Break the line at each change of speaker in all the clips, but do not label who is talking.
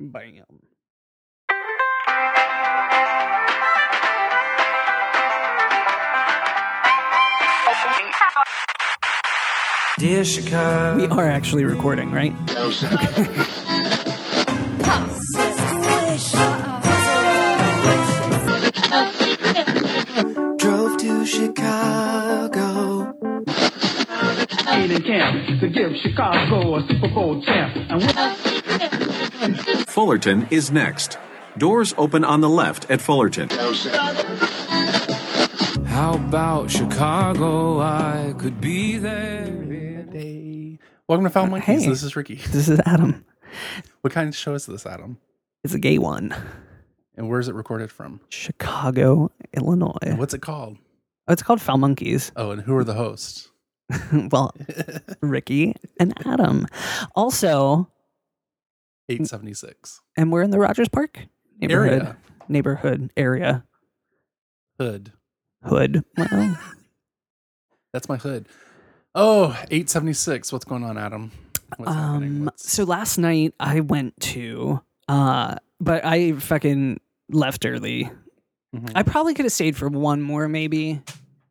Bam.
Dear Chicago.
We are actually recording, right?
drove to Chicago.
ain't in camp to give Chicago a Super Bowl champ. And we
Fullerton is next. Doors open on the left at Fullerton.
How about Chicago? I could be there.
Hey. Welcome to Foul Monkeys.
hey.
This is Ricky.
This is Adam.
What kind of show is this, Adam?
It's a gay one.
And where is it recorded from?
Chicago, Illinois.
And what's it called?
Oh, it's called Foul Monkeys.
Oh, and who are the hosts?
well, Ricky and Adam. Also,
876.
and we're in the Rogers Park neighborhood.
Area.
Neighborhood area.
Hood.
Hood. Well,
That's my hood. Oh, 876. What's going on, Adam? What's happening?
um,
What's-
so last night I went to, uh, but I fucking left early.
Mhm.
I probably could have stayed for one more, maybe.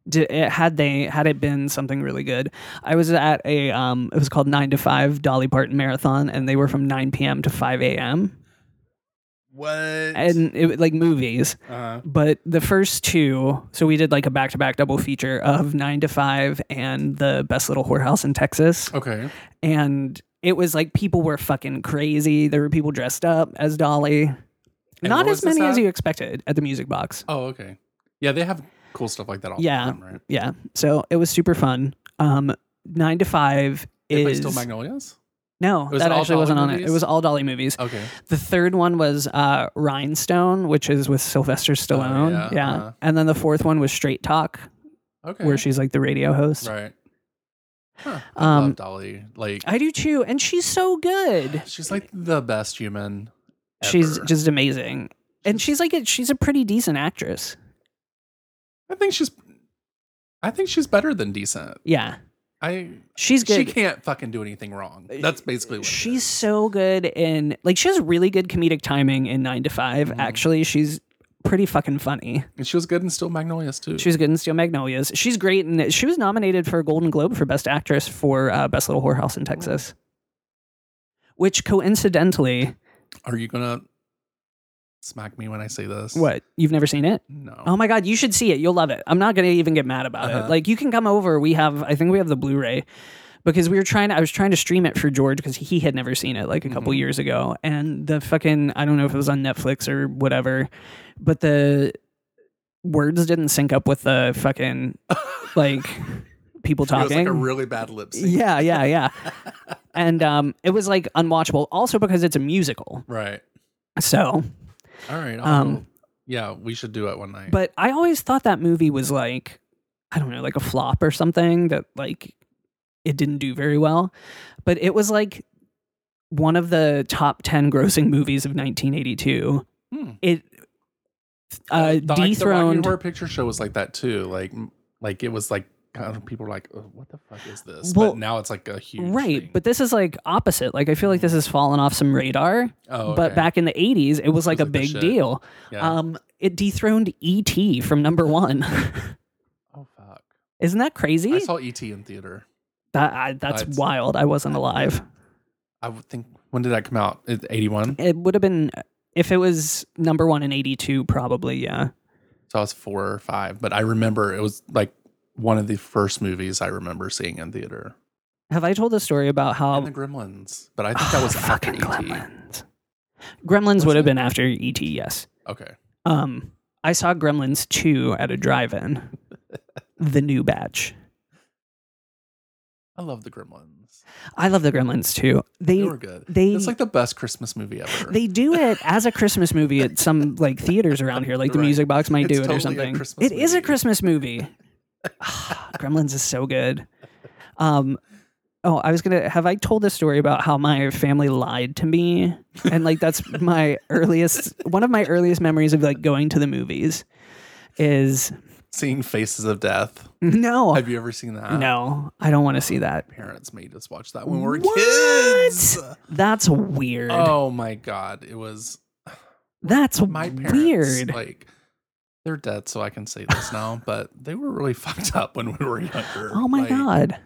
Did, it, had they had it been something really good, I was at a um, it was called Nine to Five Dolly Parton Marathon, and they were from nine p.m. to five a.m.
what?
and it was like movies.
Uh-huh.
uh,
But the first two, so we did like a back to back double feature of Nine to Five and the Best Little Whorehouse in Texas,
okay.
and it was like people were fucking crazy. There were people dressed up as Dolly, not
where
as
was this
many as
at?
you expected at the Music Box.
Oh, okay. Yeah, they have cool stuff like that all
Yeah.
the time, right?
yeah so it was super fun um nine to five
They play
is
Still Magnolias?
no
was
that
all
actually
Dolly
wasn't on it
movies? Oh.
it was all dolly movies
Okay.
the third one was uh rhinestone which is with sylvester stallone
Oh, yeah,
yeah
uh-huh.
and then the fourth one was straight talk
Okay.
where she's like the radio host
Right. Huh. I
Um,
love Dolly. Like,
i do too and she's so good
she's like the best human.
she's
ever.
just amazing and she's like a, she's a pretty decent actress
I think she's. I think she's better than decent.
yeah
I.
she's good Eh,
She can't fucking do anything wrong. That's basically what it
she's
is.
so good in like she has really good comedic timing in nine to 5
Mm-hmm.
actually she's pretty fucking funny
And she was good in Still Magnolias too.
she was good in steel magnolias she's great and she was nominated for a golden globe for best actress for uh, best little whorehouse in texas which coincidentally
Are you gonna smack me when I say this?
what you've never seen it
No.
oh my god you should see it you'll love it i'm not gonna even get mad about
Uh-huh.
it like you can come over we have i think we have the blu-ray because we were trying to, I was trying to stream it for George because he had never seen it like a
Mm-hmm.
couple years ago. And the fucking, I don't know if it was on Netflix or whatever, but the words didn't sync up with the fucking, like, people
It was
talking.
like a really bad lip sync.
yeah, yeah, yeah. and um, it was like unwatchable also because it's a musical.
Right.
So,
All right. I'll
Um,
go- yeah, we should do it one night.
but I always thought that movie was like, I don't know, like a flop or something that like it didn't do very well. But it was like one of the top 10 grossing movies of 1982.
Hmm.
It uh,
the, The
dethroned.
Rocky Horror Picture Show was like that too. Like, m- like it was like kind of people were like, "Oh, "What the fuck is this?"
Well,
but now it's like a huge
Right,
thing. Hmm.
but this is like opposite. Like I feel like this has fallen off some radar.
Oh,
But
okay.
back in the '80s, it was like a
was like the
big
shit.
deal.
Yeah.
Um, it dethroned E.T. from number one.
oh fuck.
Isn't that crazy?
I saw ET in theater.
that I, that's
That's-
wild. I wasn't alive.
I would think when did that come out? Eighty one.
It would have been if it was number one in '82, probably. Yeah,
So I was four or five, but I remember it was like one of the first movies I remember seeing in theater.
have I told a story about how
and the Gremlins, but I think that was after
Um, oh,
E
fucking
ET.
Gremlins? Gremlins would have been after ET. Yes.
Okay,
Um, I saw Gremlins two at a drive-in. the new batch.
I love the Gremlins.
I love the Gremlins too. They
They were good.
they-
it's like the best Christmas movie ever.
they do it as a Christmas movie at some like theaters around here, like the
Right.
Music Box might do
It's
it
totally
or
a
something. It is
Christmas
a
movie.
Christmas movie. Ah, Gremlins is so good. Um, oh, I was gonna have I told this story about how my family lied to me, and like that's my earliest one of my earliest memories of like going to the movies is
seeing Faces of Death.
No.
Have you ever seen that?
no, I don't want to see that.
Parents made us watch that when we were
What?
kids.
That's weird.
Oh my god, it was
That's
my parents.
weird.
Like they're dead, so I can say this now. But they were really fucked up when we were younger.
oh my
Like,
god.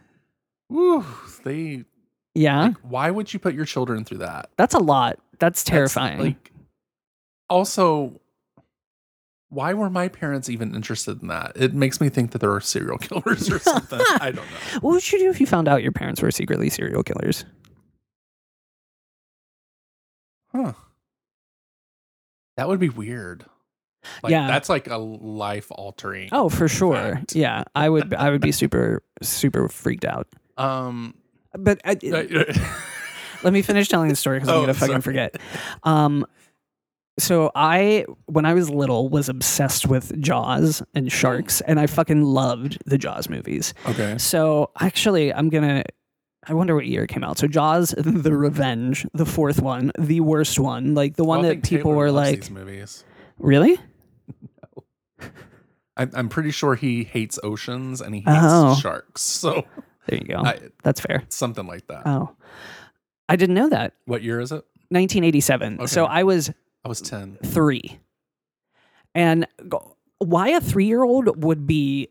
whew, they.
Yeah,
Why would you put your children through that?
that's a lot. That's
That's,
terrifying.
like, also, why were my parents even interested in that? It makes me think that there are serial killers or something. I don't know.
what would you do if you found out your parents were secretly serial killers?
Huh. That would be weird. Like,
Yeah.
that's like a life altering.
Oh, for sure.
fact.
Yeah, I would. I would be super, super freaked out.
Um. uh,
But I, let me finish telling the story because
Oh,
I'm gonna fucking
sorry.
forget. Um, so I, when I was little, was obsessed with Jaws and sharks, and I fucking loved the Jaws movies.
okay.
So actually, I'm gonna. I wonder what year it came out. So Jaws, The Revenge, the fourth one, the worst one, like the one
Well, I
that
think
people
Taylor
were
loves
like,
these movies.
really?
I'm, I'm pretty sure he hates oceans and he hates
Oh.
sharks. So
There you go.
I-
That's fair.
something like that.
Oh, I didn't know that.
what year is it?
1987. So
Okay.
I was
I was 10.
three. And go- why a three year old would be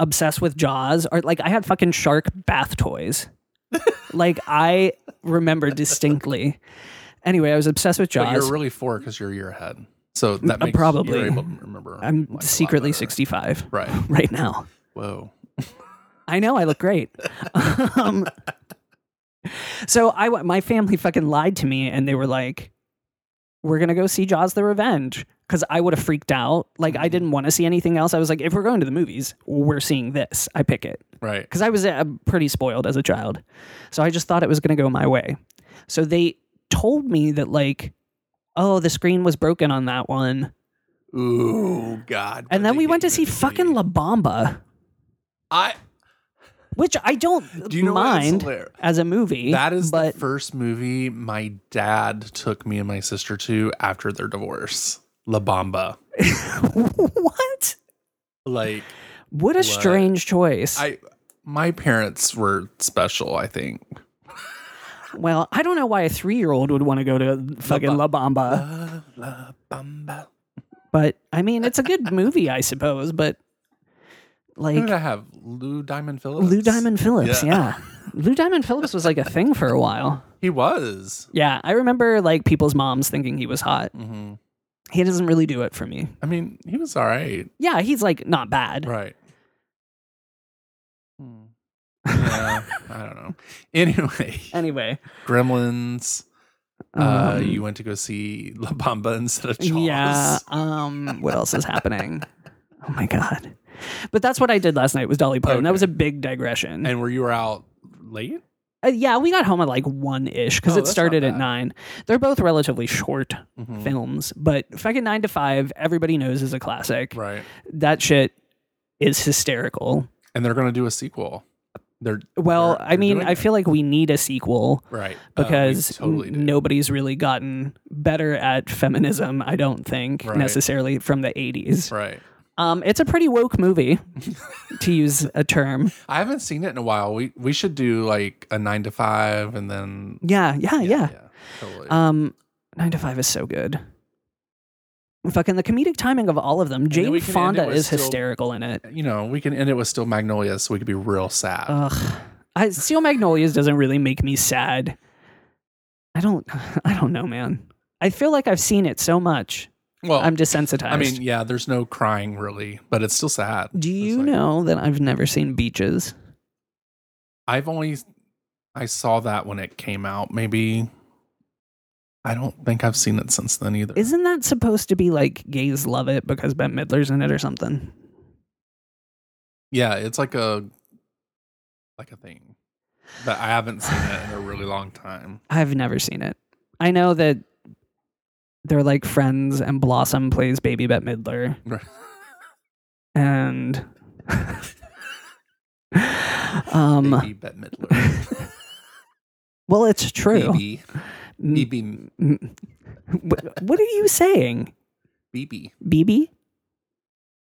obsessed with Jaws or like I had fucking shark bath toys. like I remember distinctly. Anyway, I was obsessed with
But
Jaws.
you're really four because you're a year ahead. So that
Uh,
makes
probably.
you're able to remember. like, a
I'm
lot
secretly
better.
65
Right.
right now.
Whoa.
I know I look great. um, so I w- my family fucking lied to me and they were like, "We're gonna go see Jaws: The Revenge." Because I would have freaked out. Like
Mm-hmm.
I didn't want to see anything else. I was like, if we're going to the movies, we're seeing this. I pick it
Right.
because I was uh, pretty spoiled as a child, so I just thought it was gonna go my way. So they told me that like, oh, the screen was broken on that one,
Ooh, God.
and
what
then
they
we
get
went
you
to see
into.
fucking La Bamba,
I
which I don't
Do you know what is
mind
hilar-
as a movie.
that is
but
the first movie my dad took me and my sister to after their divorce. La Bamba.
what?
Like
What a strange choice.
I my parents were special, I think.
well, I don't know why a three year old would want to go to fucking La Bamba,
La Bamba.
but I mean, it's a good movie, I suppose, but
Who did I
like
have? Lou Diamond Phillips.
Lou Diamond Phillips, yeah.
Yeah.
Lou Diamond Phillips was like a thing for a while.
He was.
Yeah, I remember like people's moms thinking he was hot.
Mhm.
He doesn't really do it for me.
I mean, he was all right.
Yeah, he's like not bad.
Right. Hmm. Yeah, I don't know. Anyway,
Anyway,
Gremlins. uh,
um,
you went to go see La Bamba instead of Jaws.
Yeah. Um, what else is happening? Oh my god. But that's what I did last night was Dolly Parton. That
Okay.
was a big digression.
And where you were out late?
Uh, yeah, we got home at like one ish because
Oh,
it
that's not
started at
bad. Mm-hmm.
nine. They're both relatively short films, but fucking nine to five, everybody knows is a classic.
Right.
That shit is hysterical.
And they're going to do a sequel. They're
Well,
they're-
I
they're
mean,
doing
I
it.
feel like we need a sequel
right Uh, we
because
totally
n-
do.
nobody's really gotten better at feminism, I don't think,
Right.
necessarily from the 80s.
Right.
Um, it's a pretty woke movie, to use a term.
I haven't seen it in a while. We we should do like a nine to five and then
Yeah, yeah, yeah.
yeah totally.
Um, Nine to Five is so good. Fucking the comedic timing of all of them.
then
Jane
we can end it
Fonda
with
is
still-
hysterical in it.
you know, we can end it with still Magnolia, so we could be real sad.
Ugh. I, Steel Magnolias doesn't really make me sad. I don't. I don't know, man. I feel like I've seen it so much.
well,
I'm desensitized.
Oh, I mean, yeah, there's no crying really, but it's still sad.
Do
It's
you
like-
know that I've never seen beaches?
I've only I saw that when it came out. Maybe I don't think I've seen it since then either.
Isn't that supposed to be like gays love it because Ben Midler's in it or something?
yeah, it's like a like a thing, but I haven't seen it in a really long time.
I've never seen it. I know that they're like friends, and Blossom plays Baby Bette Midler, and um,
Baby Bette Midler.
well, it's true.
Baby. BB.
Wh- What are you saying,
BB.
BB?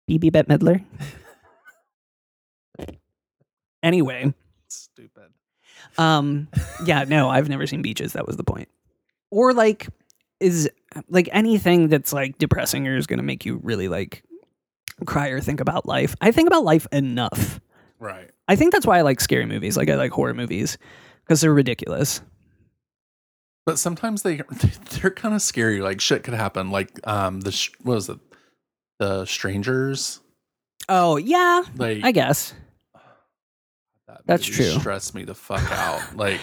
BB Bette Midler. anyway,
Stupid.
um, yeah, no, I've never seen beaches. That was the point. Or like, is like anything that's like depressing or is going to make you really like cry or think about life. I think about life enough.
Right.
I think that's why I like scary movies. Like I like horror movies because they're ridiculous.
But sometimes they they're kind of scary. Like shit could happen. Like um the sh- what was it? The strangers.
Oh yeah,
Like
I guess.
that
that's
movie
true.
Stressed me the fuck out. Like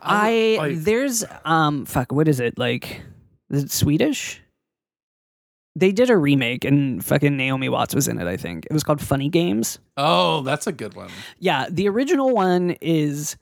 I
like-
there's um fuck what is it like? Is it Swedish? They did a remake and fucking Naomi Watts was in it. I think it was called Funny Games.
oh, that's a good one.
Yeah, the original one is.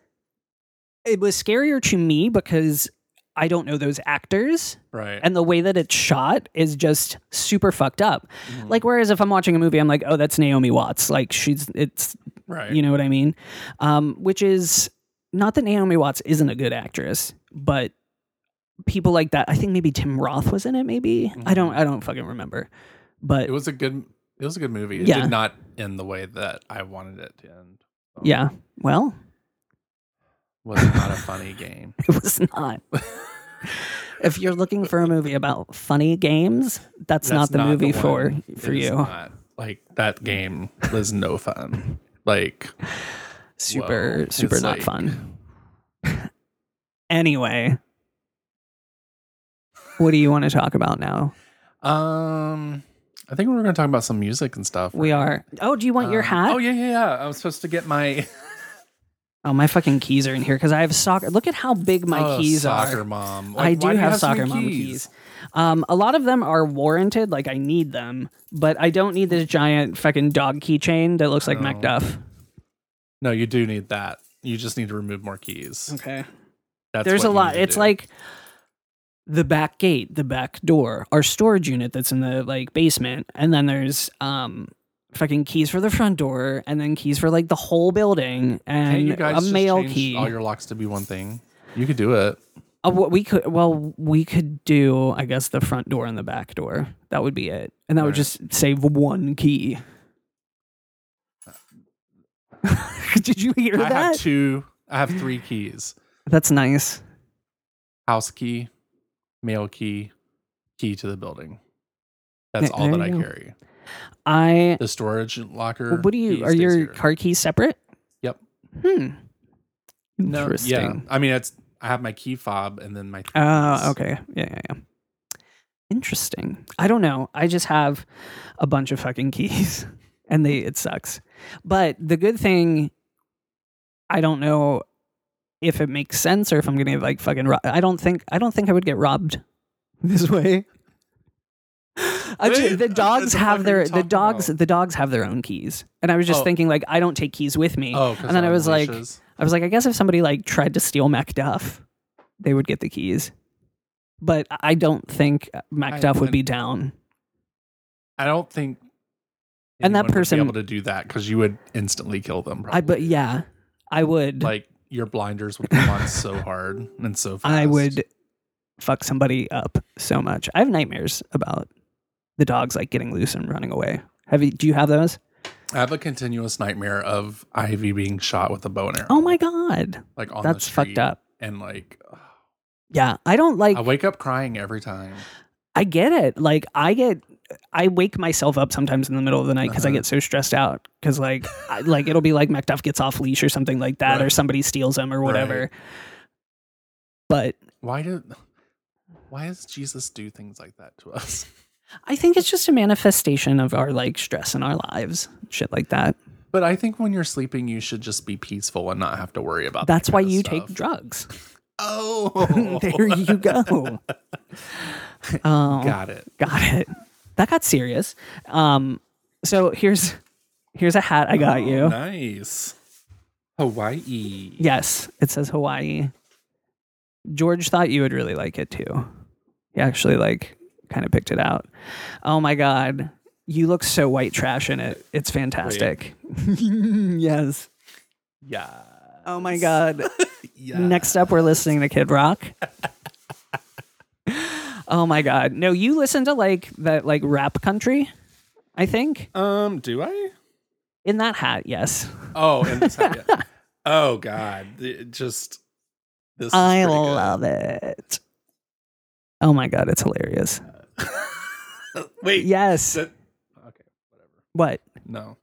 It was scarier to me because I don't know those actors,
Right.
and the way that it's shot is just super fucked up.
Mm-hmm.
Like, whereas if I'm watching a movie, I'm like, oh, that's Naomi Watts. Like, she's it's
right.
you know what I mean? Um, which is not that Naomi Watts isn't a good actress, but people like that. I think maybe Tim Roth was in it. Maybe I don't. I don't fucking remember. But
Mm-hmm. it was a good it was a good movie. It
Yeah.
did not end the way that I wanted it to end. So,
yeah, well,
Was not a funny game.
it was not. if you're looking for a movie about funny games, that's, not
That's
the movie for
one.
for
It is
you.
not. Like that game was no fun. Like
super
Whoa.
super
It's
not
like-
fun. anyway, what do you want to talk about now?
um I think we were going to talk about some music and stuff.
We are. Oh, do you want your
Um,
hat?
Oh yeah, yeah, yeah. I was supposed to get my
Oh, my fucking keys are in here because I have soccer. Look at how big my
Oh,
keys
soccer
are.
mom.
I
Like,
do
why
have,
you so
soccer
many
mom keys. Um, a lot of them are warranted, like I need them, but I don't need this giant fucking dog keychain that looks like
No.
Macduff.
No, you do need that. You just need to remove more keys.
Okay.
That's
There's
what
a
you
lot.
need to
It's
do.
like the back gate, the back door, our storage unit that's in the like basement, and then there's um fucking keys for the front door, and then keys for like the whole building,
Can't
and
you guys
a
just
mail
change
key.
All your locks to be one thing. You could do it.
Uh, what we could, well, we could do, I guess, the front door and the back door. That would be it, and that would
Right.
just save one key. Did you hear
Uh, I have
that?
two. I have three keys:
That's nice.
house key, mail key, key to the building. That's
There-
all
there
that I
you go.
carry.
I.
The storage locker.
What do
key
you? Are
stays
your
here.
car keys separate?
Yep.
Hmm.
No,
Interesting.
yeah. I mean, it's. I have my key fob and then my. three
Oh,
keys.
okay. Yeah, yeah, yeah. Interesting. I don't know. I just have a bunch of fucking keys and they it sucks. But the good thing I don't know if it makes sense or if I'm going to like fucking ro- I don't think I don't think I would get robbed this way. I ju-
Wait,
the
what
dogs
the fuck
have
are
their
you
the
talking
dogs
about?
the dogs have their own keys. And I was just
Oh.
thinking like I don't take keys with me.
Oh, 'cause
and then I
they're
was like
malicious.
I was like, I guess if somebody like tried to steal MacDuff, they would get the keys. But I- I don't think MacDuff would be down.
I don't think.
And that
anyone would be
person-
able to do that because you would instantly kill them. Probably.
I but yeah, I would.
like your blinders would come on so hard and so fast.
I would fuck somebody up so much. I have nightmares about the dogs like getting loose and running away. Have you? Do you have those?
I have a continuous nightmare of Ivy being shot with a bow and arrow.
Oh my god,
Like on
that's
the
fucked
street.
up.
And like, ugh,
Yeah, I don't like.
I wake up crying every time.
I get it. Like I get, I wake myself up sometimes in the middle of the night because I
Uh-huh.
get so stressed out because like, I, like it'll be like Macduff gets off leash or something like that, or
Right.
somebody steals him or whatever. But
Why do? Why does Jesus do things like that to us?
I think it's just a manifestation of our like stress in our lives, shit like that.
But I think when you're sleeping, you should just be peaceful and not have to worry about. that
That's why
kind of
you
stuff.
take drugs.
Oh,
there you go. Um,
got it.
Got it. That got serious. Um, so here's here's a hat I got you.
Oh, Nice. Hawaii.
Yes, it says Hawaii. George thought you would really like it too. He actually like kind of picked it out. Oh my god, you look so white trash in it. It's fantastic. yes.
Yeah.
Oh my god.
Yeah.
Next up we're listening to Kid Rock. oh my god. No, you listen to like that like rap country. I think.
Um, do I?
In that hat, yes.
Oh, and this hat, yeah. oh God, it just this. is
I
pretty good.
love it. Oh my god, it's hilarious.
Wait,
Yes.
that-
What?
no,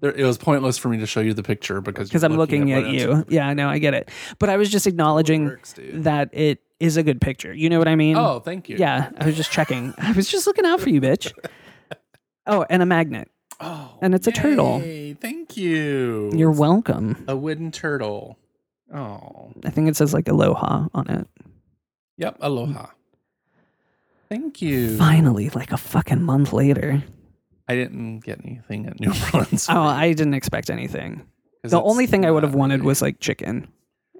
there, it was pointless for me to show you the picture because
Because
you're
I'm looking at
what
you. Yeah, I know, I get it. But I was just acknowledging
works, dude.
that it is a good picture. You know what I mean?
Oh, thank you.
Yeah, I was just checking. I was just looking out for you, bitch. Oh, and a magnet.
Oh,
And it's a turtle.
yay, Thank you.
You're welcome.
a wooden turtle. Oh,
I think it says like aloha on it.
yep. Aloha. Thank you.
Finally, like a fucking month later.
I didn't get anything at New Orleans.
Oh, I didn't expect anything. The only thing I would have wanted was like chicken,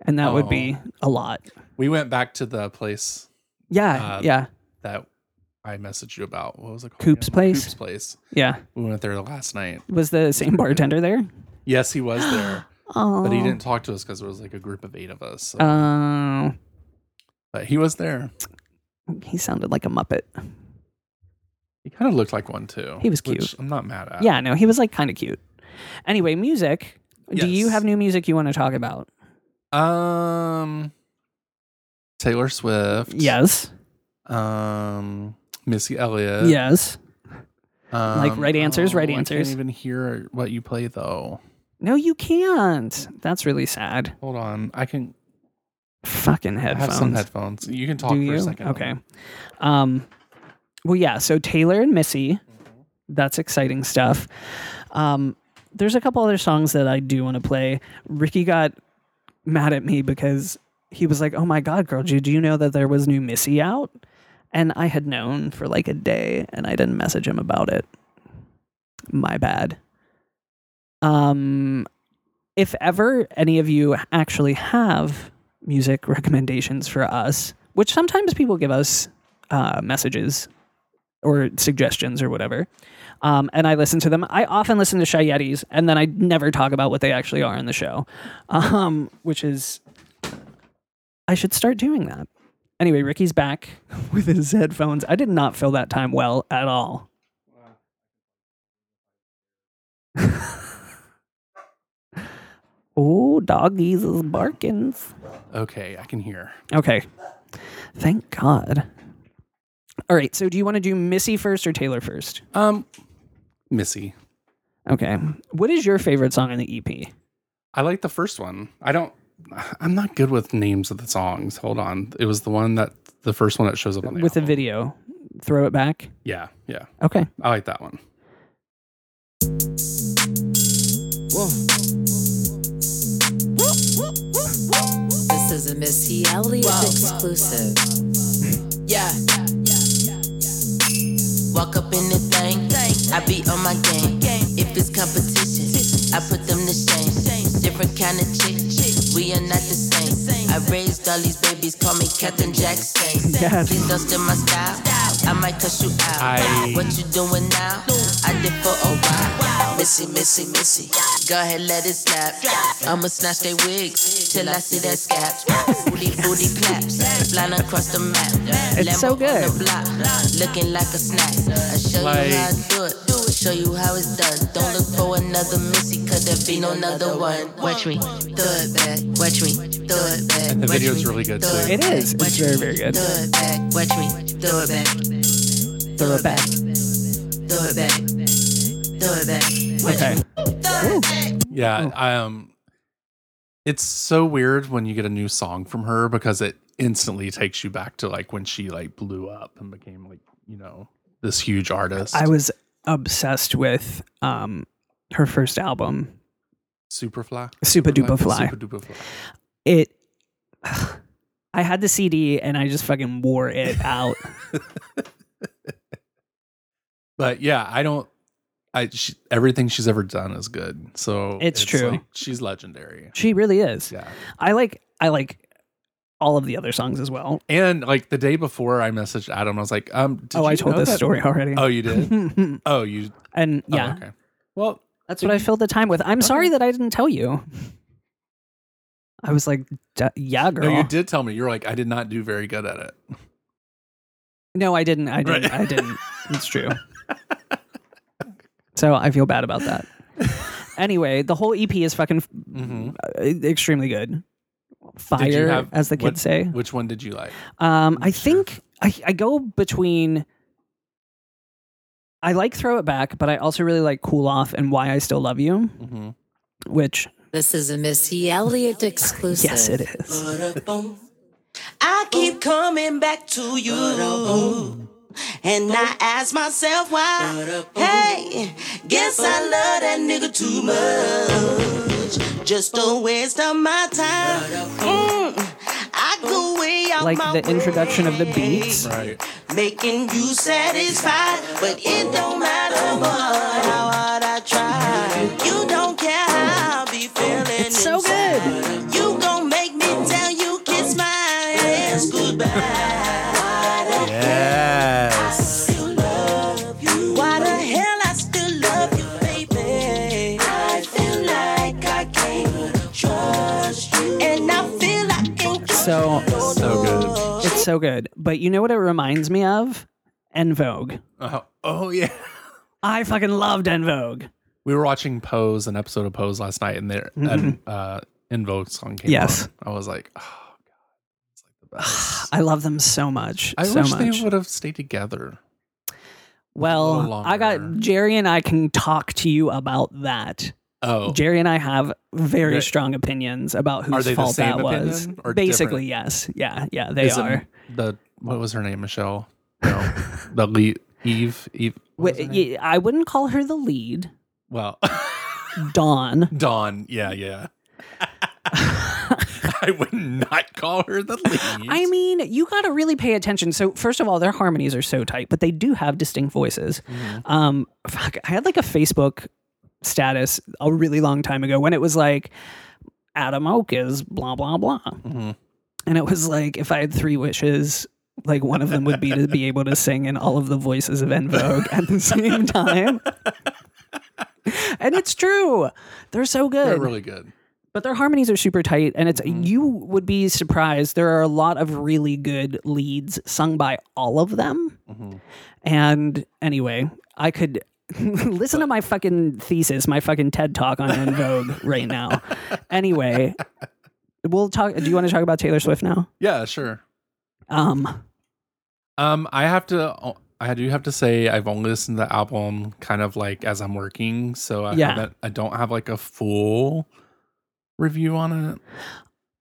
and that would
Oh.
be a lot.
We went back to the place
Yeah,
Uh,
yeah,
that I messaged you about. What was it called?
Coop's
again?
Place?
Coop's Place.
yeah.
We went there last night.
Was the same bartender there?
Yes, he was there,
Oh,
but he didn't talk to us because it was like a group of eight of us. so-
Oh,
but he was there.
he sounded like a muppet.
He kind of looked like one too.
He was
which
cute.
I'm not mad at.
Yeah, no, he was like kind of cute. Anyway, music. Do you
Yes. Uh,
have new music you want to talk about?
Um, Taylor Swift.
Yes,
Um, Missy Elliott.
yes.
uh, Um,
Like, right answers, right
I
answers.
can't even hear what you play though.
No, you can't. That's really sad.
Hold on, I can
Fucking
I
headphones.
have some headphones. You can talk
Do
for
you?
a second.
Okay. Um, well, yeah. So Taylor and Missy, that's exciting stuff. Um, there's a couple other songs that I do want to play. Ricky got mad at me because he was like, "Oh my god, girl, did you know that there was new Missy out?" And I had known for like a day, and I didn't message him about it. My bad. Um, if ever any of you actually have music recommendations for us, which sometimes people give us uh, messages or suggestions or whatever, um, and I listen to them. I often listen to Shy Yetis, and then I never talk about what they actually are in the show, um, which is I should start doing that. Anyway, Ricky's back with his headphones. I did not fill that time well at all. oh, doggies is barking.
Okay, I can hear.
Okay. Thank God. All right. So, do you want to do Missy first or Taylor first?
Um, Missy.
Okay. What is your favorite song in the E EP?
I like the first one. I don't. I'm not good with names of the songs. Hold on. It was the one that the first one that shows up on the
With the
album.
video, throw it back.
Yeah, yeah.
Okay.
I like that one.
This is a Missy Elliott exclusive.
Yeah. Walk up in the thing, I be on my game. If it's competition, I put them to shame. Different kind of chick, we are not the same. I raised all these babies, call me Captain Jackson.
Yes.
Please don't steal my style, I might cuss you out.
I-
What you doing now? I did for a while. Missy, Missy, Missy, go ahead, let it snap. I'ma snatch they wigs till I see that scap. Booty, booty claps, flying across the map.
It's so
Lambo on the
good.
block, looking like a snack. I show you how I do it, show you how it's done. Don't look for another Missy, cause there be no another one. Watch me, do it back. Watch me, do it back.
And the
Watch
video's
me,
really good,
do
too.
It
back.
is. It's
Watch
very,
me,
very good.
Do it back. Watch me, do it back. Do
Throw it back.
Do it back. Do it back. Watch
Okay.
me.
Yeah,
Oh.
I um it's so weird when you get a new song from her because it instantly takes you back to like when she like blew up and became like, you know, this huge artist.
I was obsessed with um, her first album.
Superfly.
Super duper fly.
Super duper fly.
It. I had the CD and I just fucking wore it out.
But yeah, I don't I she, everything she's ever done is good. So
It's true.
like, she's legendary.
she really is.
Yeah.
I like. I like all of the other songs as well.
And like the day before I messaged Adam, I was like, um did
oh, I
you
told
know
this
that-
story already.
Oh, you did? oh, you
and
oh,
yeah,
okay. Well,
That's what I filled the time with. I'm sorry that I didn't tell you. I was like, "D- yeah, girl.
no, you did tell me. You're like, I did not do very good at it.
No, I didn't. I didn't.
Right.
I didn't. It's true. So I feel bad about that. anyway, the whole EP is fucking uh, extremely good. Fire,
Did Mm-hmm. you have-
as the kids
what-
say.
Which one did you like?
Um, I think I, I go between. I like Throw It Back, but I also really like Cool Off and Why I Still Love You,
Mm-hmm.
which,
This is a Missy Elliott exclusive.
yes, it is.
I keep coming back to you. And I ask myself why. Hey, guess I love that nigga too much. Just a waste of my time. Mm, I go way out
Like
my
the introduction of the beats.
Right.
making you satisfied. But it don't matter what, how hard I try. You don't care how I be feeling.
It's so good.
You gon' make me tell you kiss my ass goodbye.
Yes.
Why the hell I still love you, baby? I feel like I can't trust you, and I feel I can't trust
So
So good.
it's so good. But you know what it reminds me of? En Vogue.
Oh, oh yeah.
I fucking loved En Vogue.
We were watching Pose, an episode of Pose last night, and there an uh, Invoke song came
Mm-hmm. Yes.
on. I was like, oh god, it's like the best.
I love them so much.
I
so
wish
much.
they would have stayed together.
well,
little
I got
longer.
Jerry and I can talk to you about that.
Oh,
Jerry and I have very
They-
strong opinions about whose
Are they the
fault
same
that was.
opinion or
Basically, yes. Yeah, yeah, they
Is it
are.
the what was her name? Michelle. No, the lead, Eve. Eve. what was
Wait,
her name?
yeah, I wouldn't call her the lead.
Well,
Dawn.
Dawn. Yeah, yeah. I would not call her the lead.
I mean, you got to really pay attention. So, first of all, their harmonies are so tight, but they do have distinct voices.
Mm-hmm.
Um, fuck, I had like a Facebook status a really long time ago when it was like, Adam Oak is blah, blah, blah.
Mhm.
And it was like, if I had three wishes, like one of them would be to be able to sing in all of the voices of En Vogue at the same time. and it's true. They're so good.
they're really good.
but their harmonies are super tight and it's you would be surprised there are a lot of really good leads sung by all of them and anyway i could listen to my fucking thesis my fucking ted talk on en vogue right now anyway we'll talk do you want to talk about taylor swift now
Yeah, sure.
um
Um, I have to. I do have to say I've only listened to the album kind of like as I'm working, so I
Yeah.
haven't. I don't have like a full review on it,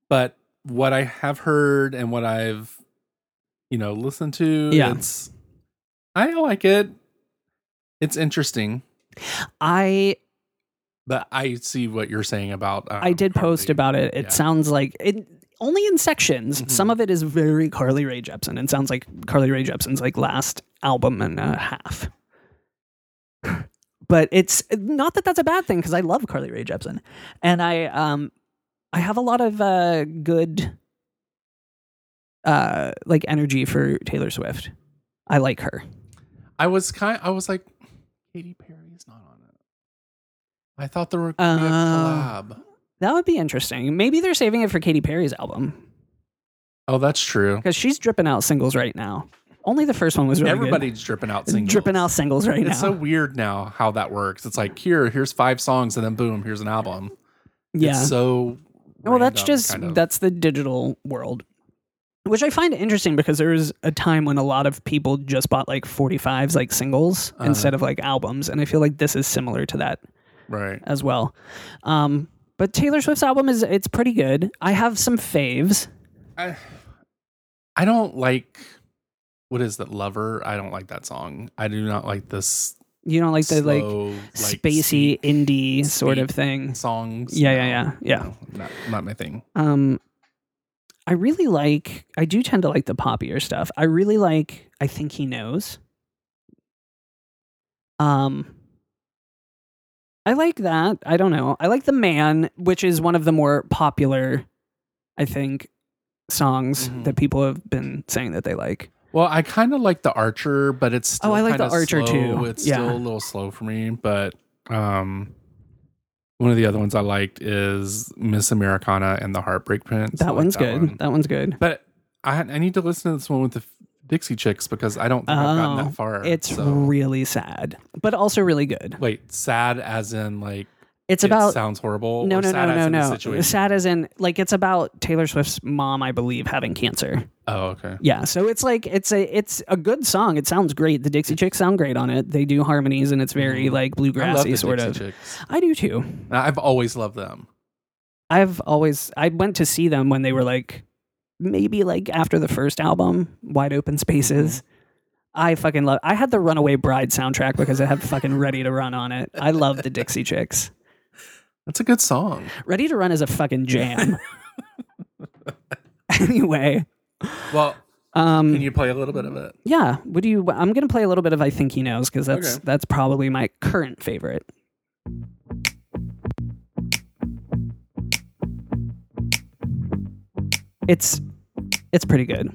but what I have heard and what I've, you know, listened to,
Yeah.
it's I like it. It's interesting,
i
but I see what you're saying about. Um,
i did post
Carly.
about it it
Yeah.
sounds like it only in sections
Mhm.
some of it is very carly ray jepsen and sounds like carly ray jepsen's like last album and a half but it's not that that's a bad thing because i love carly ray jepsen and i um i have a lot of uh good uh like energy for taylor swift i like her
I was kind. I was like, Katy Perry is not on it. I thought there were gonna be a
Oh.
collab.
that would be interesting maybe they're saving it for katy perry's album
Oh, that's true.
because she's dripping out singles right now only the first one was really good.
Everybody's dripping out singles.
dripping out singles right
It's
now.
so weird now how that works. It's like here, here's five songs, and then boom, here's an album.
yeah.
It's so
well, that's
random,
just
kind of.
that's the digital world, which I find interesting because there was a time when a lot of people just bought like 45s like singles
Uh-huh.
instead of like albums, and I feel like this is similar to that
right.
as well. Um, but Taylor Swift's album is it's pretty good. I have some faves.
I, I don't like what is that lover. I don't like that song. I do not like this
You know, like the like
slow,
spacey indie sort of
speak.
thing.
songs.
Yeah, yeah, yeah, yeah.
No, not, not my thing.
Um, I really like. I do tend to like the poppier stuff. I really like. I think he knows. Um, I like that. I don't know. I like the man, which is one of the more popular, I think, songs
Mhm.
that people have been saying that they like.
Well, I kind of like the Archer, but it's still
Oh, I like
kinda
The Archer,
slow.
too.
It's
Yeah.
still a little slow for me, but um, one of the other ones I liked is Miss Americana and the Heartbreak Prince. I
That
like
one's good.
one.
That one's good.
But I I need to listen to this one with the f- Dixie Chicks because I don't think I've gotten
Oh,
that far.
It's
so.
really sad, but also really good.
wait, sad as in like
It's
it
about
sounds horrible.
no,
or
no,
sad as
no, no,
in the
no.
situation?
Sad as in like it's about Taylor Swift's mom, I believe, having cancer.
Oh, okay.
Yeah, so it's like it's a it's a good song. It sounds great. The Dixie Chicks sound great on it. They do harmonies and it's very like
Mm-hmm. I love the
bluegrassy sort
Dixie
of.
Chicks.
I do too.
I've always loved them.
I've always I went to see them when they were like maybe like after the first album, Wide Open Spaces.
Mm-hmm.
I fucking love. I had the Runaway Bride soundtrack because it had fucking Ready to Run on it. I love the Dixie Chicks.
That's a good song.
Ready to Run is a fucking jam. anyway,
Well,
um,
can you play a little bit of it?
yeah. Would you? I'm gonna play a little bit of I Think He Knows because that's
Okay.
that's probably my current favorite. It's it's pretty good.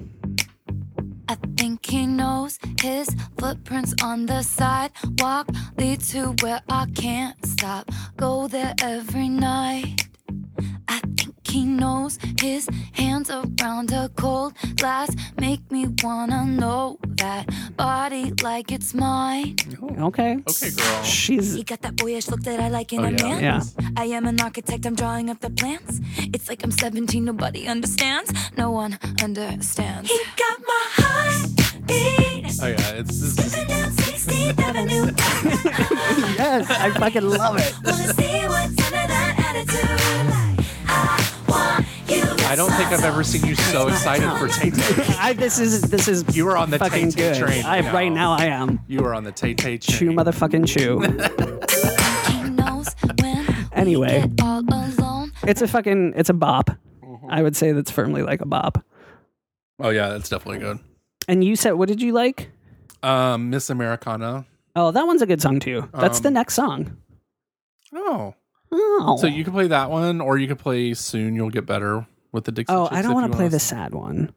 I think he knows his footprints on the sidewalk lead to where I can't stop. Go there every night. I think he knows his hands around a cold glass make me wanna know that body like it's mine.
Okay.
Oh. Okay, girl.
She's
He got that boyish look that I like in
Oh,
a
yeah.
man.
yeah.
I am an architect, I'm drawing up the plans. It's like I'm 17, nobody understands. No one understands. He got my heart beat.
Oh yeah, it's this is-
Yes, I fucking love it.
I don't think I've ever seen you so excited for Tay Tay.
I this is this is
You are on the
fucking
Tay-Tay
good.
train
I
now.
right now I am.
You are on the Tay Tay
Chew
train.
motherfucking chew. Anyway.
all alone.
It's a fucking it's a bop.
Mm-hmm.
I would say that's firmly like a bop.
Oh yeah, that's definitely good.
And you said what did you like?
Um, Miss Americana.
Oh, that one's a good song too. That's the
Um,
next song.
Oh,
Oh.
so you can play that one, or you can play "Soon You'll Get Better" with the Dixie.
Oh,
Chicks
I don't
if
want
you
to play
us-
the sad one.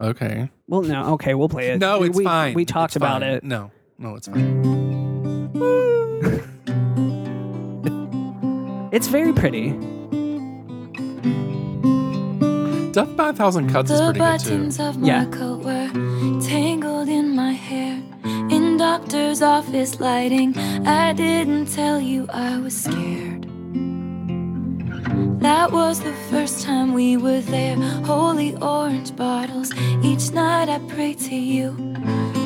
Okay.
Well, no, okay, we'll play it.
No,
We-
it's
we,
fine.
We talked
It's
about
fine.
it.
No, no, it's fine.
It's very pretty.
Death by a Thousand Cuts is
The
pretty good too.
buttons of
Yeah.
my coat were tangled in my hair. In doctor's office lighting, I didn't tell you I was scared. That was the first time we were there. Holy orange bottles. Each night I pray to you.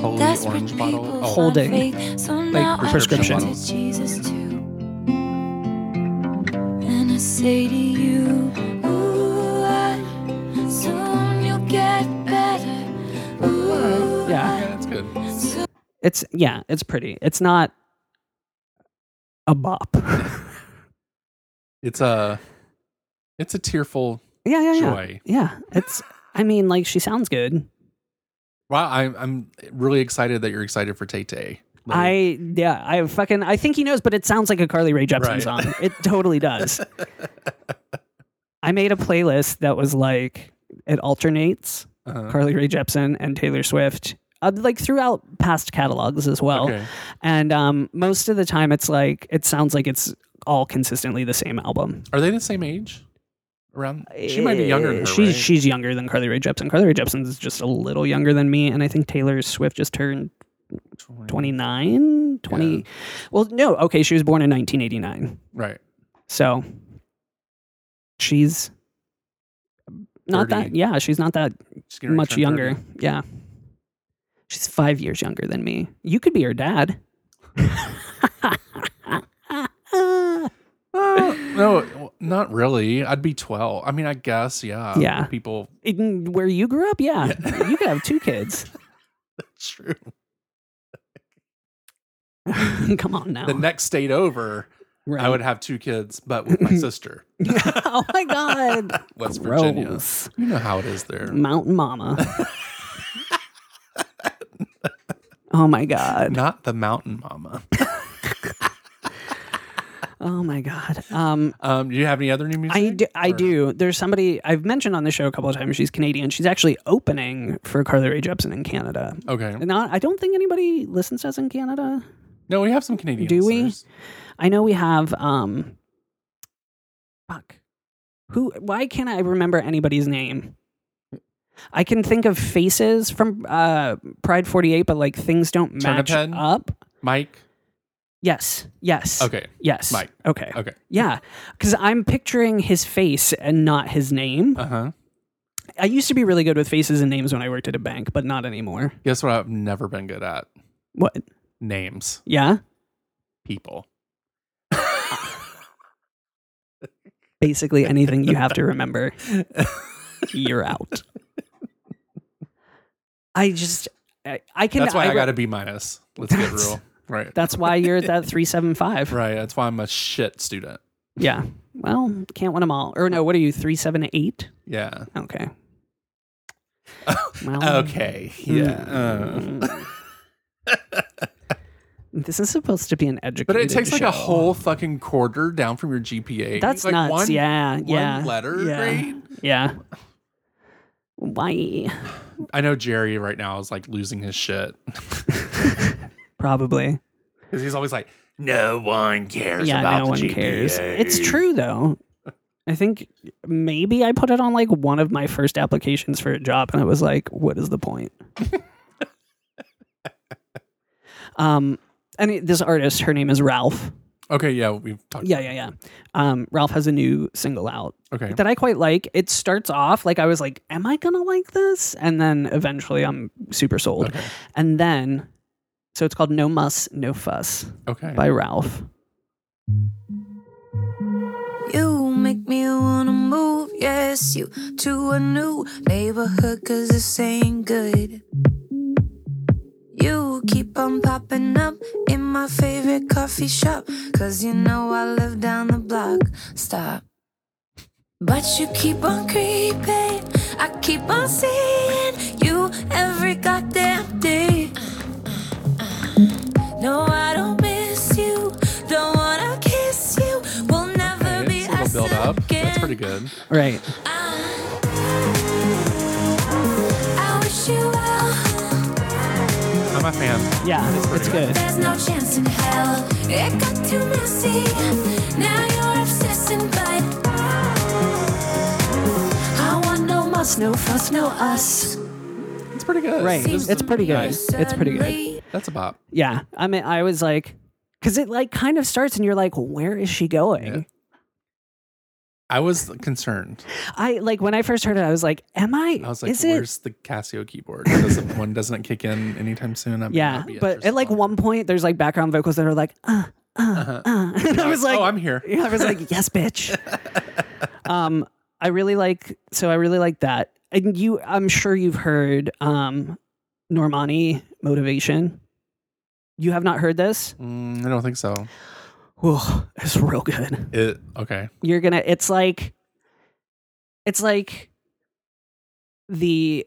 Holy
Desperate
orange
people
bottle.
find
Oh,
Holding.
faith. So now I
prescription
pray
bottles.
to Jesus too. And I say to you, ooh, I, soon you'll get better. Ooh,
Yeah.
yeah, that's good.
It's yeah, it's pretty. It's not a bop. yeah,
It's a, it's a tearful
yeah, yeah.
joy.
Yeah, it's. I mean, like she sounds good.
Wow, I'm I'm really excited that you're excited for Tay Tay. Like,
I yeah, I fucking I think he knows, but it sounds like a Carly Rae Jepsen
Right.
song. It totally does. I made a playlist that was like it alternates
uh-huh.
Carly Rae Jepsen and Taylor Swift, uh, like throughout past catalogs as well.
Okay.
And um, most of the time, it's like it sounds like it's all consistently the same album.
Are they the same age? Around she might be younger than her.
Eh, She's
right?
she's younger than Carly Rae Jepsen. Carly Rae Jepsen is just a little younger than me, and I think Taylor Swift just turned 29, 20.
Yeah.
Well, no, okay, she was born in 1989.
right.
So she's not
30.
that yeah, she's not that
She's getting ready to
much
turn
younger.
30.
Yeah. She's 5 years younger than me. You could be her dad.
Uh, no, not really. I'd be twelve. I mean, I guess. Yeah.
Yeah.
People.
In- where you grew up, yeah. you could have two kids.
That's true.
Come on now.
The next state over, I
Right.
would have two kids, but with my sister,
oh my god.
West Virginia.
Gross.
You know how it is there.
Mountain Mama. oh my god.
Not the mountain mama.
Oh my god. Um
Um, do you have any other new music?
I do, I
Or-
do. There's somebody I've mentioned on the show a couple of times. She's Canadian. She's actually opening for Carly Rae Jepsen in Canada.
Okay.
Not, I don't think anybody listens to us in Canada.
No, we have some Canadian.
Do we?
listeners.
I know we have um fuck. Who why can't I remember anybody's name? I can think of faces from uh, Pride 48, but like things don't match
Turnip Head?
up.
Mike.
Yes. Yes.
Okay.
Yes.
Mike.
Okay.
Okay.
Yeah, because I'm picturing his face and not his name.
Uh huh.
I used to be really good with faces and names when I worked at a bank, but not anymore.
Guess what? I've never been good at
What?
names,
Yeah.
people.
Basically, anything you have to remember, you're out. I just, I, I can.
That's why I,
re-
got a B minus. Let's get real. Right.
That's why you're at that three seven five.
right. That's why I'm a shit student.
Yeah. Well, can't win them all. Or no, what are you? Three seven eight.
Yeah.
Okay. Well,
Okay.
Mm.
Yeah. Uh.
This is supposed to be an educated.
But it takes like a
show.
whole fucking quarter down from your GPA.
That's
like
nuts.
One,
yeah.
one
yeah.
letter
Yeah.
grade?
Yeah. Why?
I know Jerry right now is like losing his shit
Probably.
because he's always like, "No one cares
yeah.
about
No
the
one
GPA."
cares. It's true though. I think maybe I put it on like one of my first applications for a job, and I was like, "What is the point?" um, and it- this artist, her name is Ralph.
Okay, yeah, we've talked.
Yeah, yeah, yeah. Um, Ralph has a new single out
Okay,
that I quite like. It starts off like I was like, "Am I gonna like this?" And then eventually, I'm super sold.
Okay.
And then, so it's called "No Muss, No Fuss"
okay.
by Ralph.
You make me wanna move, yes, you to a new neighborhood, cause this ain't good. You keep on popping up in my favorite coffee shop, cause you know I live down the block. Stop. But you keep on creeping, I keep on seeing you every goddamn day. No, I don't miss you. Don't wanna kiss you. We'll never
Okay,
be
it's a little build
us
up. That's
again.
pretty good.
Right.
I wish you well.
I'm a fan.
Yeah,
pretty
it's good.
There's no chance in hell. It got too messy. Now you're obsessing, but I want no muss, no fuss, no us.
It's pretty good.
Right.
This is
It's pretty good.
nice.
It's pretty good.
Suddenly,
That's a bop.
Yeah. I mean, I was like, because it like kind of starts, and you're like, "Where is she going?"
Yeah. I was concerned.
I like when I first heard it, I was like, "Am I?"
I was like,
is it?
"Where's the Casio keyboard? Doesn't one doesn't it kick in anytime soon?" I may
Yeah,
not be
but at like
interested.
one point, there's like background vocals that are like, uh, uh, uh, and I was like,
"Oh, I'm here."
Yeah, I was like, yes, bitch. um, I really like, so I really like that, and you, I'm sure you've heard, um, Normani motivation. You have not heard this?
Mm, I don't think so.
Whew, it's real good.
It okay.
You're gonna. It's like, it's like the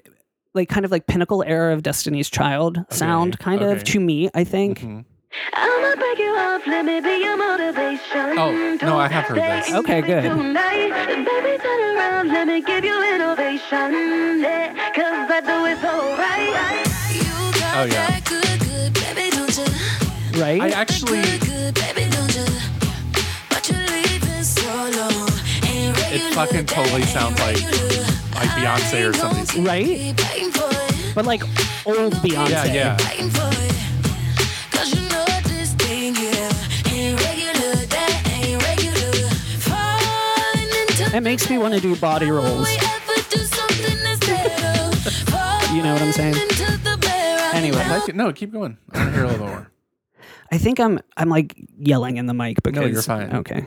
like kind of like pinnacle era of Destiny's Child sound, kind of
okay.
to me. I think.
Mhm.
I'ma break you off, let me be your motivation.
Oh no, I have heard this.
Okay, good.
Tonight, baby, turn around, let me give you an ovation. Yeah, cause I do it so right.
You got
Oh, yeah.
that good, good, baby, don't you?
right?
Mm-hmm. I
That
actually.
good, good, baby, don't you? But you're leaving solo. Ain't regular,
fucking
that
totally
ain't
sounds like-
regular.
like Beyonce or
I ain't gon'
something.
keep
Right?
fighting for it.
but like old Beyonce.
Yeah, yeah.
Fighting for it. 'Cause you know this thing here ain't regular, that ain't regular. Falling into
It makes me want to do body rolls.
we ever do something that's better.
You know what I'm saying?
Falling into the bear I
Anyway.
know.
Like it. No, keep going. I want to hear a little more.
I think I'm I'm like yelling in the mic because
you're fine.
Okay.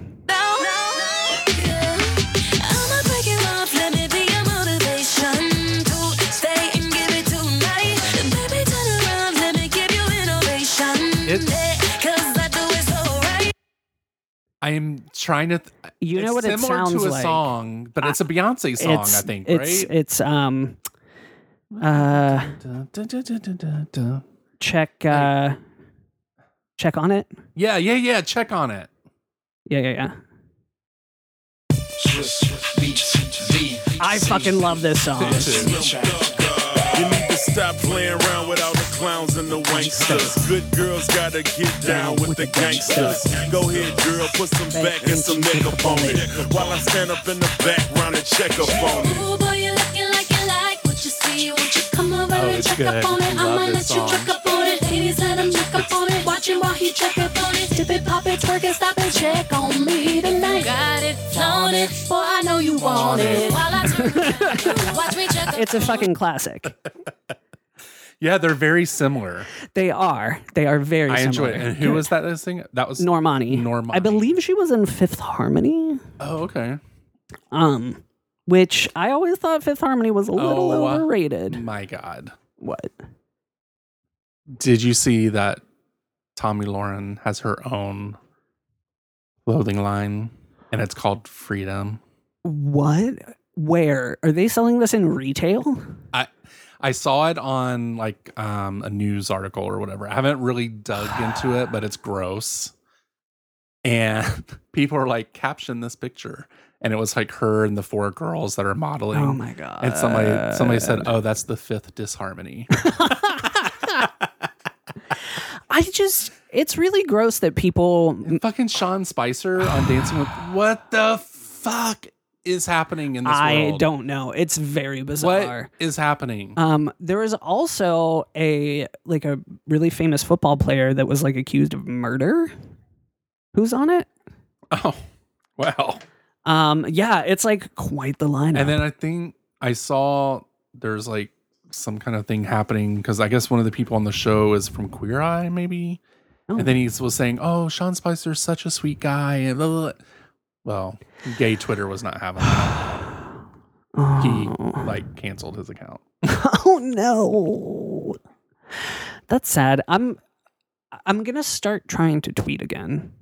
I am trying to. Th-
You
it's
know what it
similar
sounds
to a
like.
song, but it's a Beyonce song, I think,
it's
right?
it's um uh
Dun, dun, dun, dun, dun, dun, dun.
check uh check on it.
Yeah, yeah, yeah. Check on it.
Yeah, yeah, yeah. I fucking love this song.
You need to stop playing around with all the clowns and the wanksters. Good girls gotta get down with the gangsters. Go ahead, girl, put some back and some neck up on it. While I stand up in the background and check up on it.
Baby, won't you come over
Oh,
and
it's
check
good.
up on
I
it?
love
I'ma let
this
you check
song.
up on it. Ladies, let him check up on it. Watch him while he check up on it. Dip it, pop it, twerk it, stop and check on me tonight. Got it, flaunt it. Boy, I know you want it. While I turn around, you watch me check up
It's a fucking classic.
Yeah, they're very similar.
They are. They are very
I enjoy
similar.
it. And who was that this thing? That was
Normani.
Normani.
I believe she was in Fifth Harmony.
Oh, okay.
Um, which I always thought Fifth Harmony was a little
Oh, uh,
overrated.
My God.
What?
Did you see that Tommy Lauren has her own clothing line and it's called Freedom?
What? Where are they selling this in retail?
I I saw it on like um, a news article or whatever. I haven't really dug into it, but it's gross. And people are like, caption this picture. And it was like her and the four girls that are modeling.
Oh my god!
And somebody somebody said, Oh, that's the fifth disharmony.
I just, it's really gross that people.
fucking Sean Spicer on Dancing with What the fuck is happening in this
I
world?
don't know. It's very bizarre.
What Uh. is happening?
Um, there was also a like a really famous football player that was like accused of murder. Who's on it? Oh,
Wow.
Um, yeah, it's like quite the lineup.
And then I think I saw there's like some kind of thing happening because I guess one of the people on the show is from Queer Eye, maybe. And then he was saying, "Oh, Sean Spicer's such a sweet guy," and blah, blah, blah. well, gay Twitter was not having that. He like canceled his account.
oh no, that's sad. I'm I'm gonna start trying to tweet again.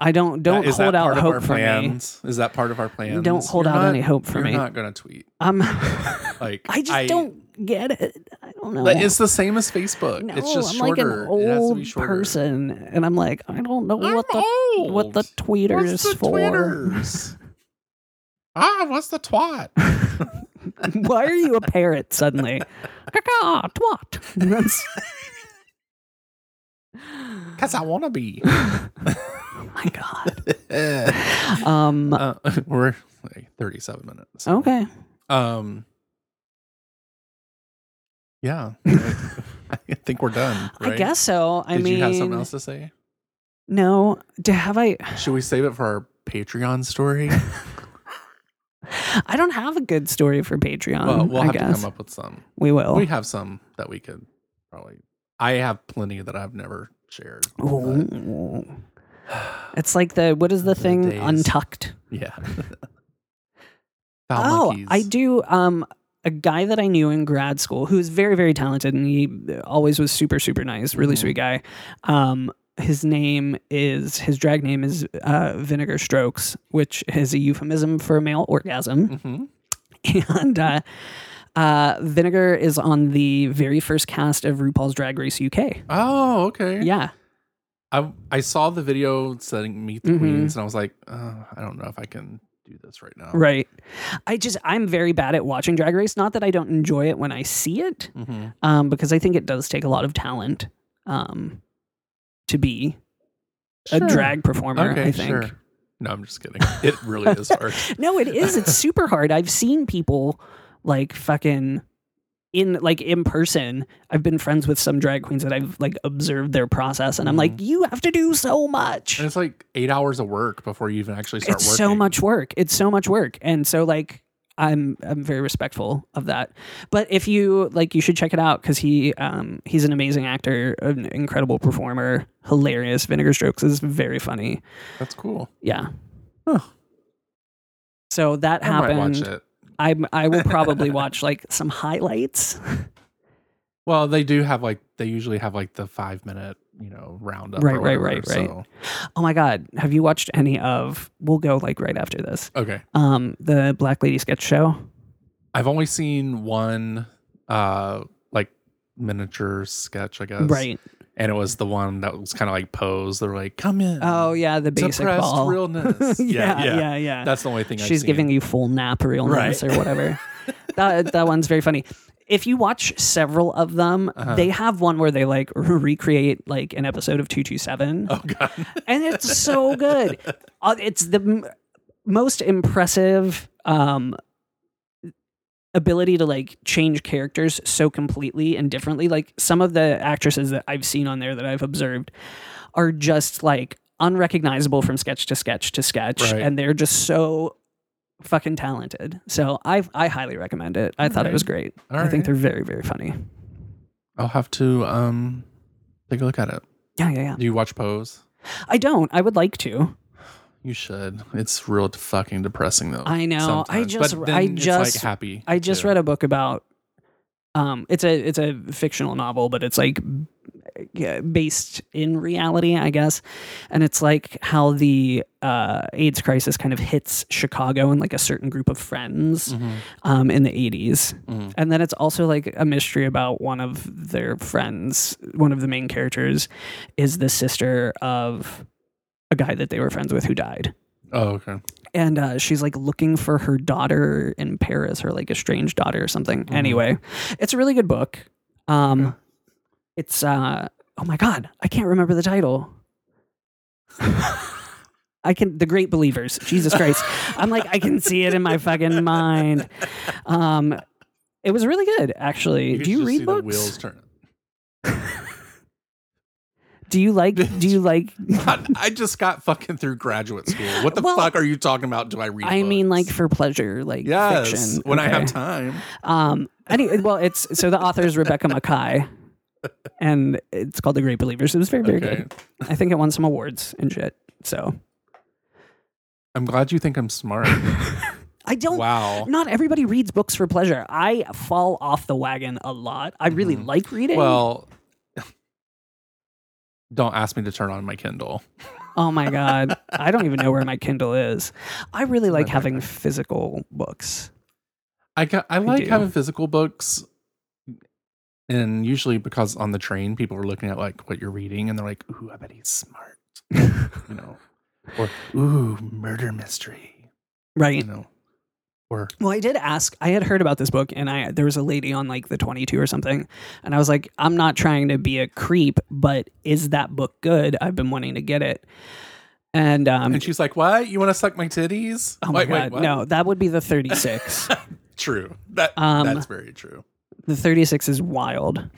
I don't don't
Is that
hold out
part of
hope
our
for me.
plans? Is that part of our plans?
Don't hold
You're
out
not-
any hope for
you're
me.
not gonna tweet.
I'm
Like
Um, I just don't get it. I don't know.
But it's the same as Facebook. it's just
Oh. I'm like an
shorter. it has to
old
be shorter.
person, and I'm like, I don't know what the what the tweeter is
What's the
for.
tweeters? ah, what's the twat?
Why are you a parrot suddenly? Caca, twat. That's,
Because I want to be.
my God.
um, we're like 37 minutes.
Okay.
Um, yeah, I think we're done.
I
right?
guess so. I
Did you have something
mean-
else to say?
No, d- have I?
Should we save it for our Patreon story?
I don't have a good story for Patreon.
well, we'll
Um, I
have
guess. Oh.
to come up with some.
We will.
We have some that we could probably. I have plenty that I've never shared.
Ooh. It's like the what is the thing
days.
untucked?
Yeah.
oh, I do. Um, a guy that I knew in grad school who was very, very talented, and he always was super, super nice, really sweet guy. Um, his name is his drag name is uh, Vinegar Strokes, which is a euphemism for male orgasm. And uh, uh, Vinegar is on the very first cast of RuPaul's Drag Race UK.
Oh, okay.
Yeah.
I I saw the video saying meet the
Mhm.
queens, and I was like, uh, I don't know if I can do this right now.
Right. I just I'm very bad at watching Drag Race. Not that I don't enjoy it when I see it,
Mhm.
um, because I think it does take a lot of talent um, to be a
Sure.
drag performer.
Okay,
I think.
sure. No, I'm just kidding. It really is hard.
No, it is. It's super hard. I've seen people like fucking in like in person. I've been friends with some drag queens that I've like observed their process, and I'm
Mm.
like, you have to do so much.
And it's like eight hours of work before you even actually start
it's
working.
so much work it's so much work and so like i'm i'm very respectful of that but if you like you should check it out because he um he's an amazing actor an incredible performer hilarious vinegar strokes is very funny
That's cool.
yeah so that
I might
happened
watch it.
i i will probably watch like some highlights
Well, they do have like they usually have like the five minute you know roundup. or
right right
whatever,
right right
so-
oh my god have you watched any of we'll go like right after this
Okay.
um the black lady sketch show
I've only seen one uh like miniature sketch, I guess.
Right.
And it was the one that was kind of like pose. They're like, come in.
Oh yeah, the basic
Suppressed
ball.
realness.
yeah,
Yeah,
yeah,
yeah.
yeah,
That's the only thing I've
she's
seen.
giving you full nap realness
Right.
or whatever. that that one's very funny. If you watch several of them,
Uh-huh.
they have one where they like recreate like an episode of Two Two Seven. Oh
god,
and it's so good. Uh, it's the m- most impressive um, ability to like change characters so completely and differently. Like some of the actresses that I've seen on there that I've observed are just like unrecognizable from sketch to sketch to sketch,
Right.
and they're just so fucking talented. So I I highly recommend it. I thought it
Okay.
was great.
All
I think
right.
they're very very funny.
I'll have to um take a look at it.
Yeah yeah yeah.
Do you watch Pose?
I don't. I would like to.
You should. It's real fucking depressing though.
I know. I
sometimes.
just
But
I
then it's,
just
like happy.
I just read a book about um it's a it's a fictional novel, but it's like yeah, based in reality, I guess. And it's like how the uh, AIDS crisis kind of hits Chicago and like a certain group of friends um, in the 80s. And then it's also like a mystery about one of their friends, one of the main characters is the sister of a guy that they were friends with who died
Oh, okay.
and uh, she's like looking for her daughter in Paris, her like estranged daughter or something.
Mm-hmm.
Anyway, it's a really good book. Um, it's uh, oh my god, I can't remember the title. I can the Great Believers. Jesus Christ, I'm like I can see it in my fucking mind. Um, it was really good, actually.
could
Do you
just
read
see
books?
The wheels turn.
Do you like? Do you like?
God, I just got fucking through graduate school. What the
Well,
fuck are you talking about? Do I read?
I
books?
mean, like for pleasure, like
yes,
fiction.
when I
Okay.
have time.
Um, any, well, it's so the author is Rebecca Mackay, and it's called The Great Believers. It was very, very
Okay.
good. I think it won some awards and shit. So
I'm glad you think I'm smart.
I don't.
wow.
Not everybody reads books for pleasure. I fall off the wagon a lot. I really like reading.
Mm-hmm. Well, don't ask me to turn on my Kindle.
oh my god, I don't even know where my Kindle is. I really like having physical books.
I got, I like
do.
having physical books, and usually because on the train people are looking at like what you're reading, and they're like, "Ooh, I bet he's smart," you know, or "Ooh, murder mystery,"
Right.
you know, or
Well, I did ask. I had heard about this book, and I there was a lady on like the twenty two or something, and I was like, I'm not trying to be a creep, but is that book good? I've been wanting to get it, and um,
and she's like, "What? You want to suck my titties?"
oh my god, no, that would be the thirty six.
True. That
Um,
that's very true.
the thirty six is wild,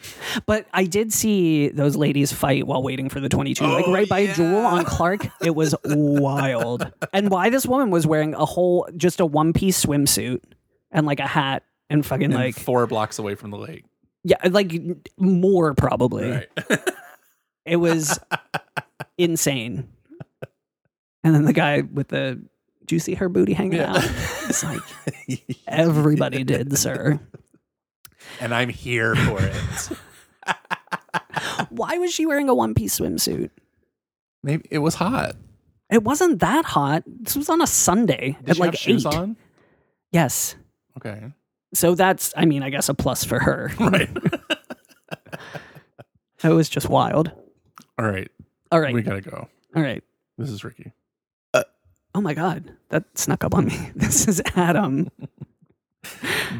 but I did see those ladies fight while waiting for the twenty two,
Oh,
like right by Jewel on Clark. It was wild, and why this woman was wearing a whole just a one piece swimsuit and like a hat and fucking
And
like
four blocks away from the lake.
Yeah, like n- more probably.
Right.
It was insane. And then the guy with the do you see her booty hanging
Yeah.
out? It's like everybody did, sir.
and I'm here for it.
Why was she wearing a one piece swimsuit?
Maybe it was hot.
It wasn't that hot. This was on a Sunday
Did
at
she
like
have shoes
eight.
on?
Yes.
Okay.
So that's I mean, I guess a plus for her.
Right.
it was just wild.
All right.
All right.
We gotta go.
All right.
This is Ricky.
Oh my god. That snuck up on me. This is Adam.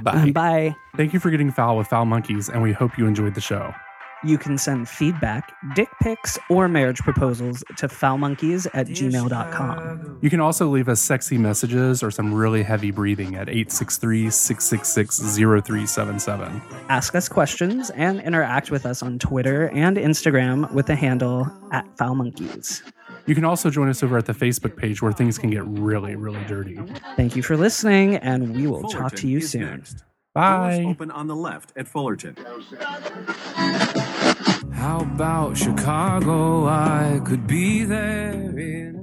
Bye.
Um, bye.
Thank you for getting foul with Foul Monkeys, and we hope you enjoyed the show.
You can send feedback, dick pics, or marriage proposals to foulmonkeys at gmail.com.
You can also leave us sexy messages or some really heavy breathing at 863 666 0377.
Ask us questions and interact with us on Twitter and Instagram with the handle at foulmonkeys.
You can also join us over at the Facebook page where things can get really, really dirty.
Thank you for listening, and we will talk to
Fullerton
you
is
soon.
Doors open on the left at Fullerton.
How about Chicago? I could be there in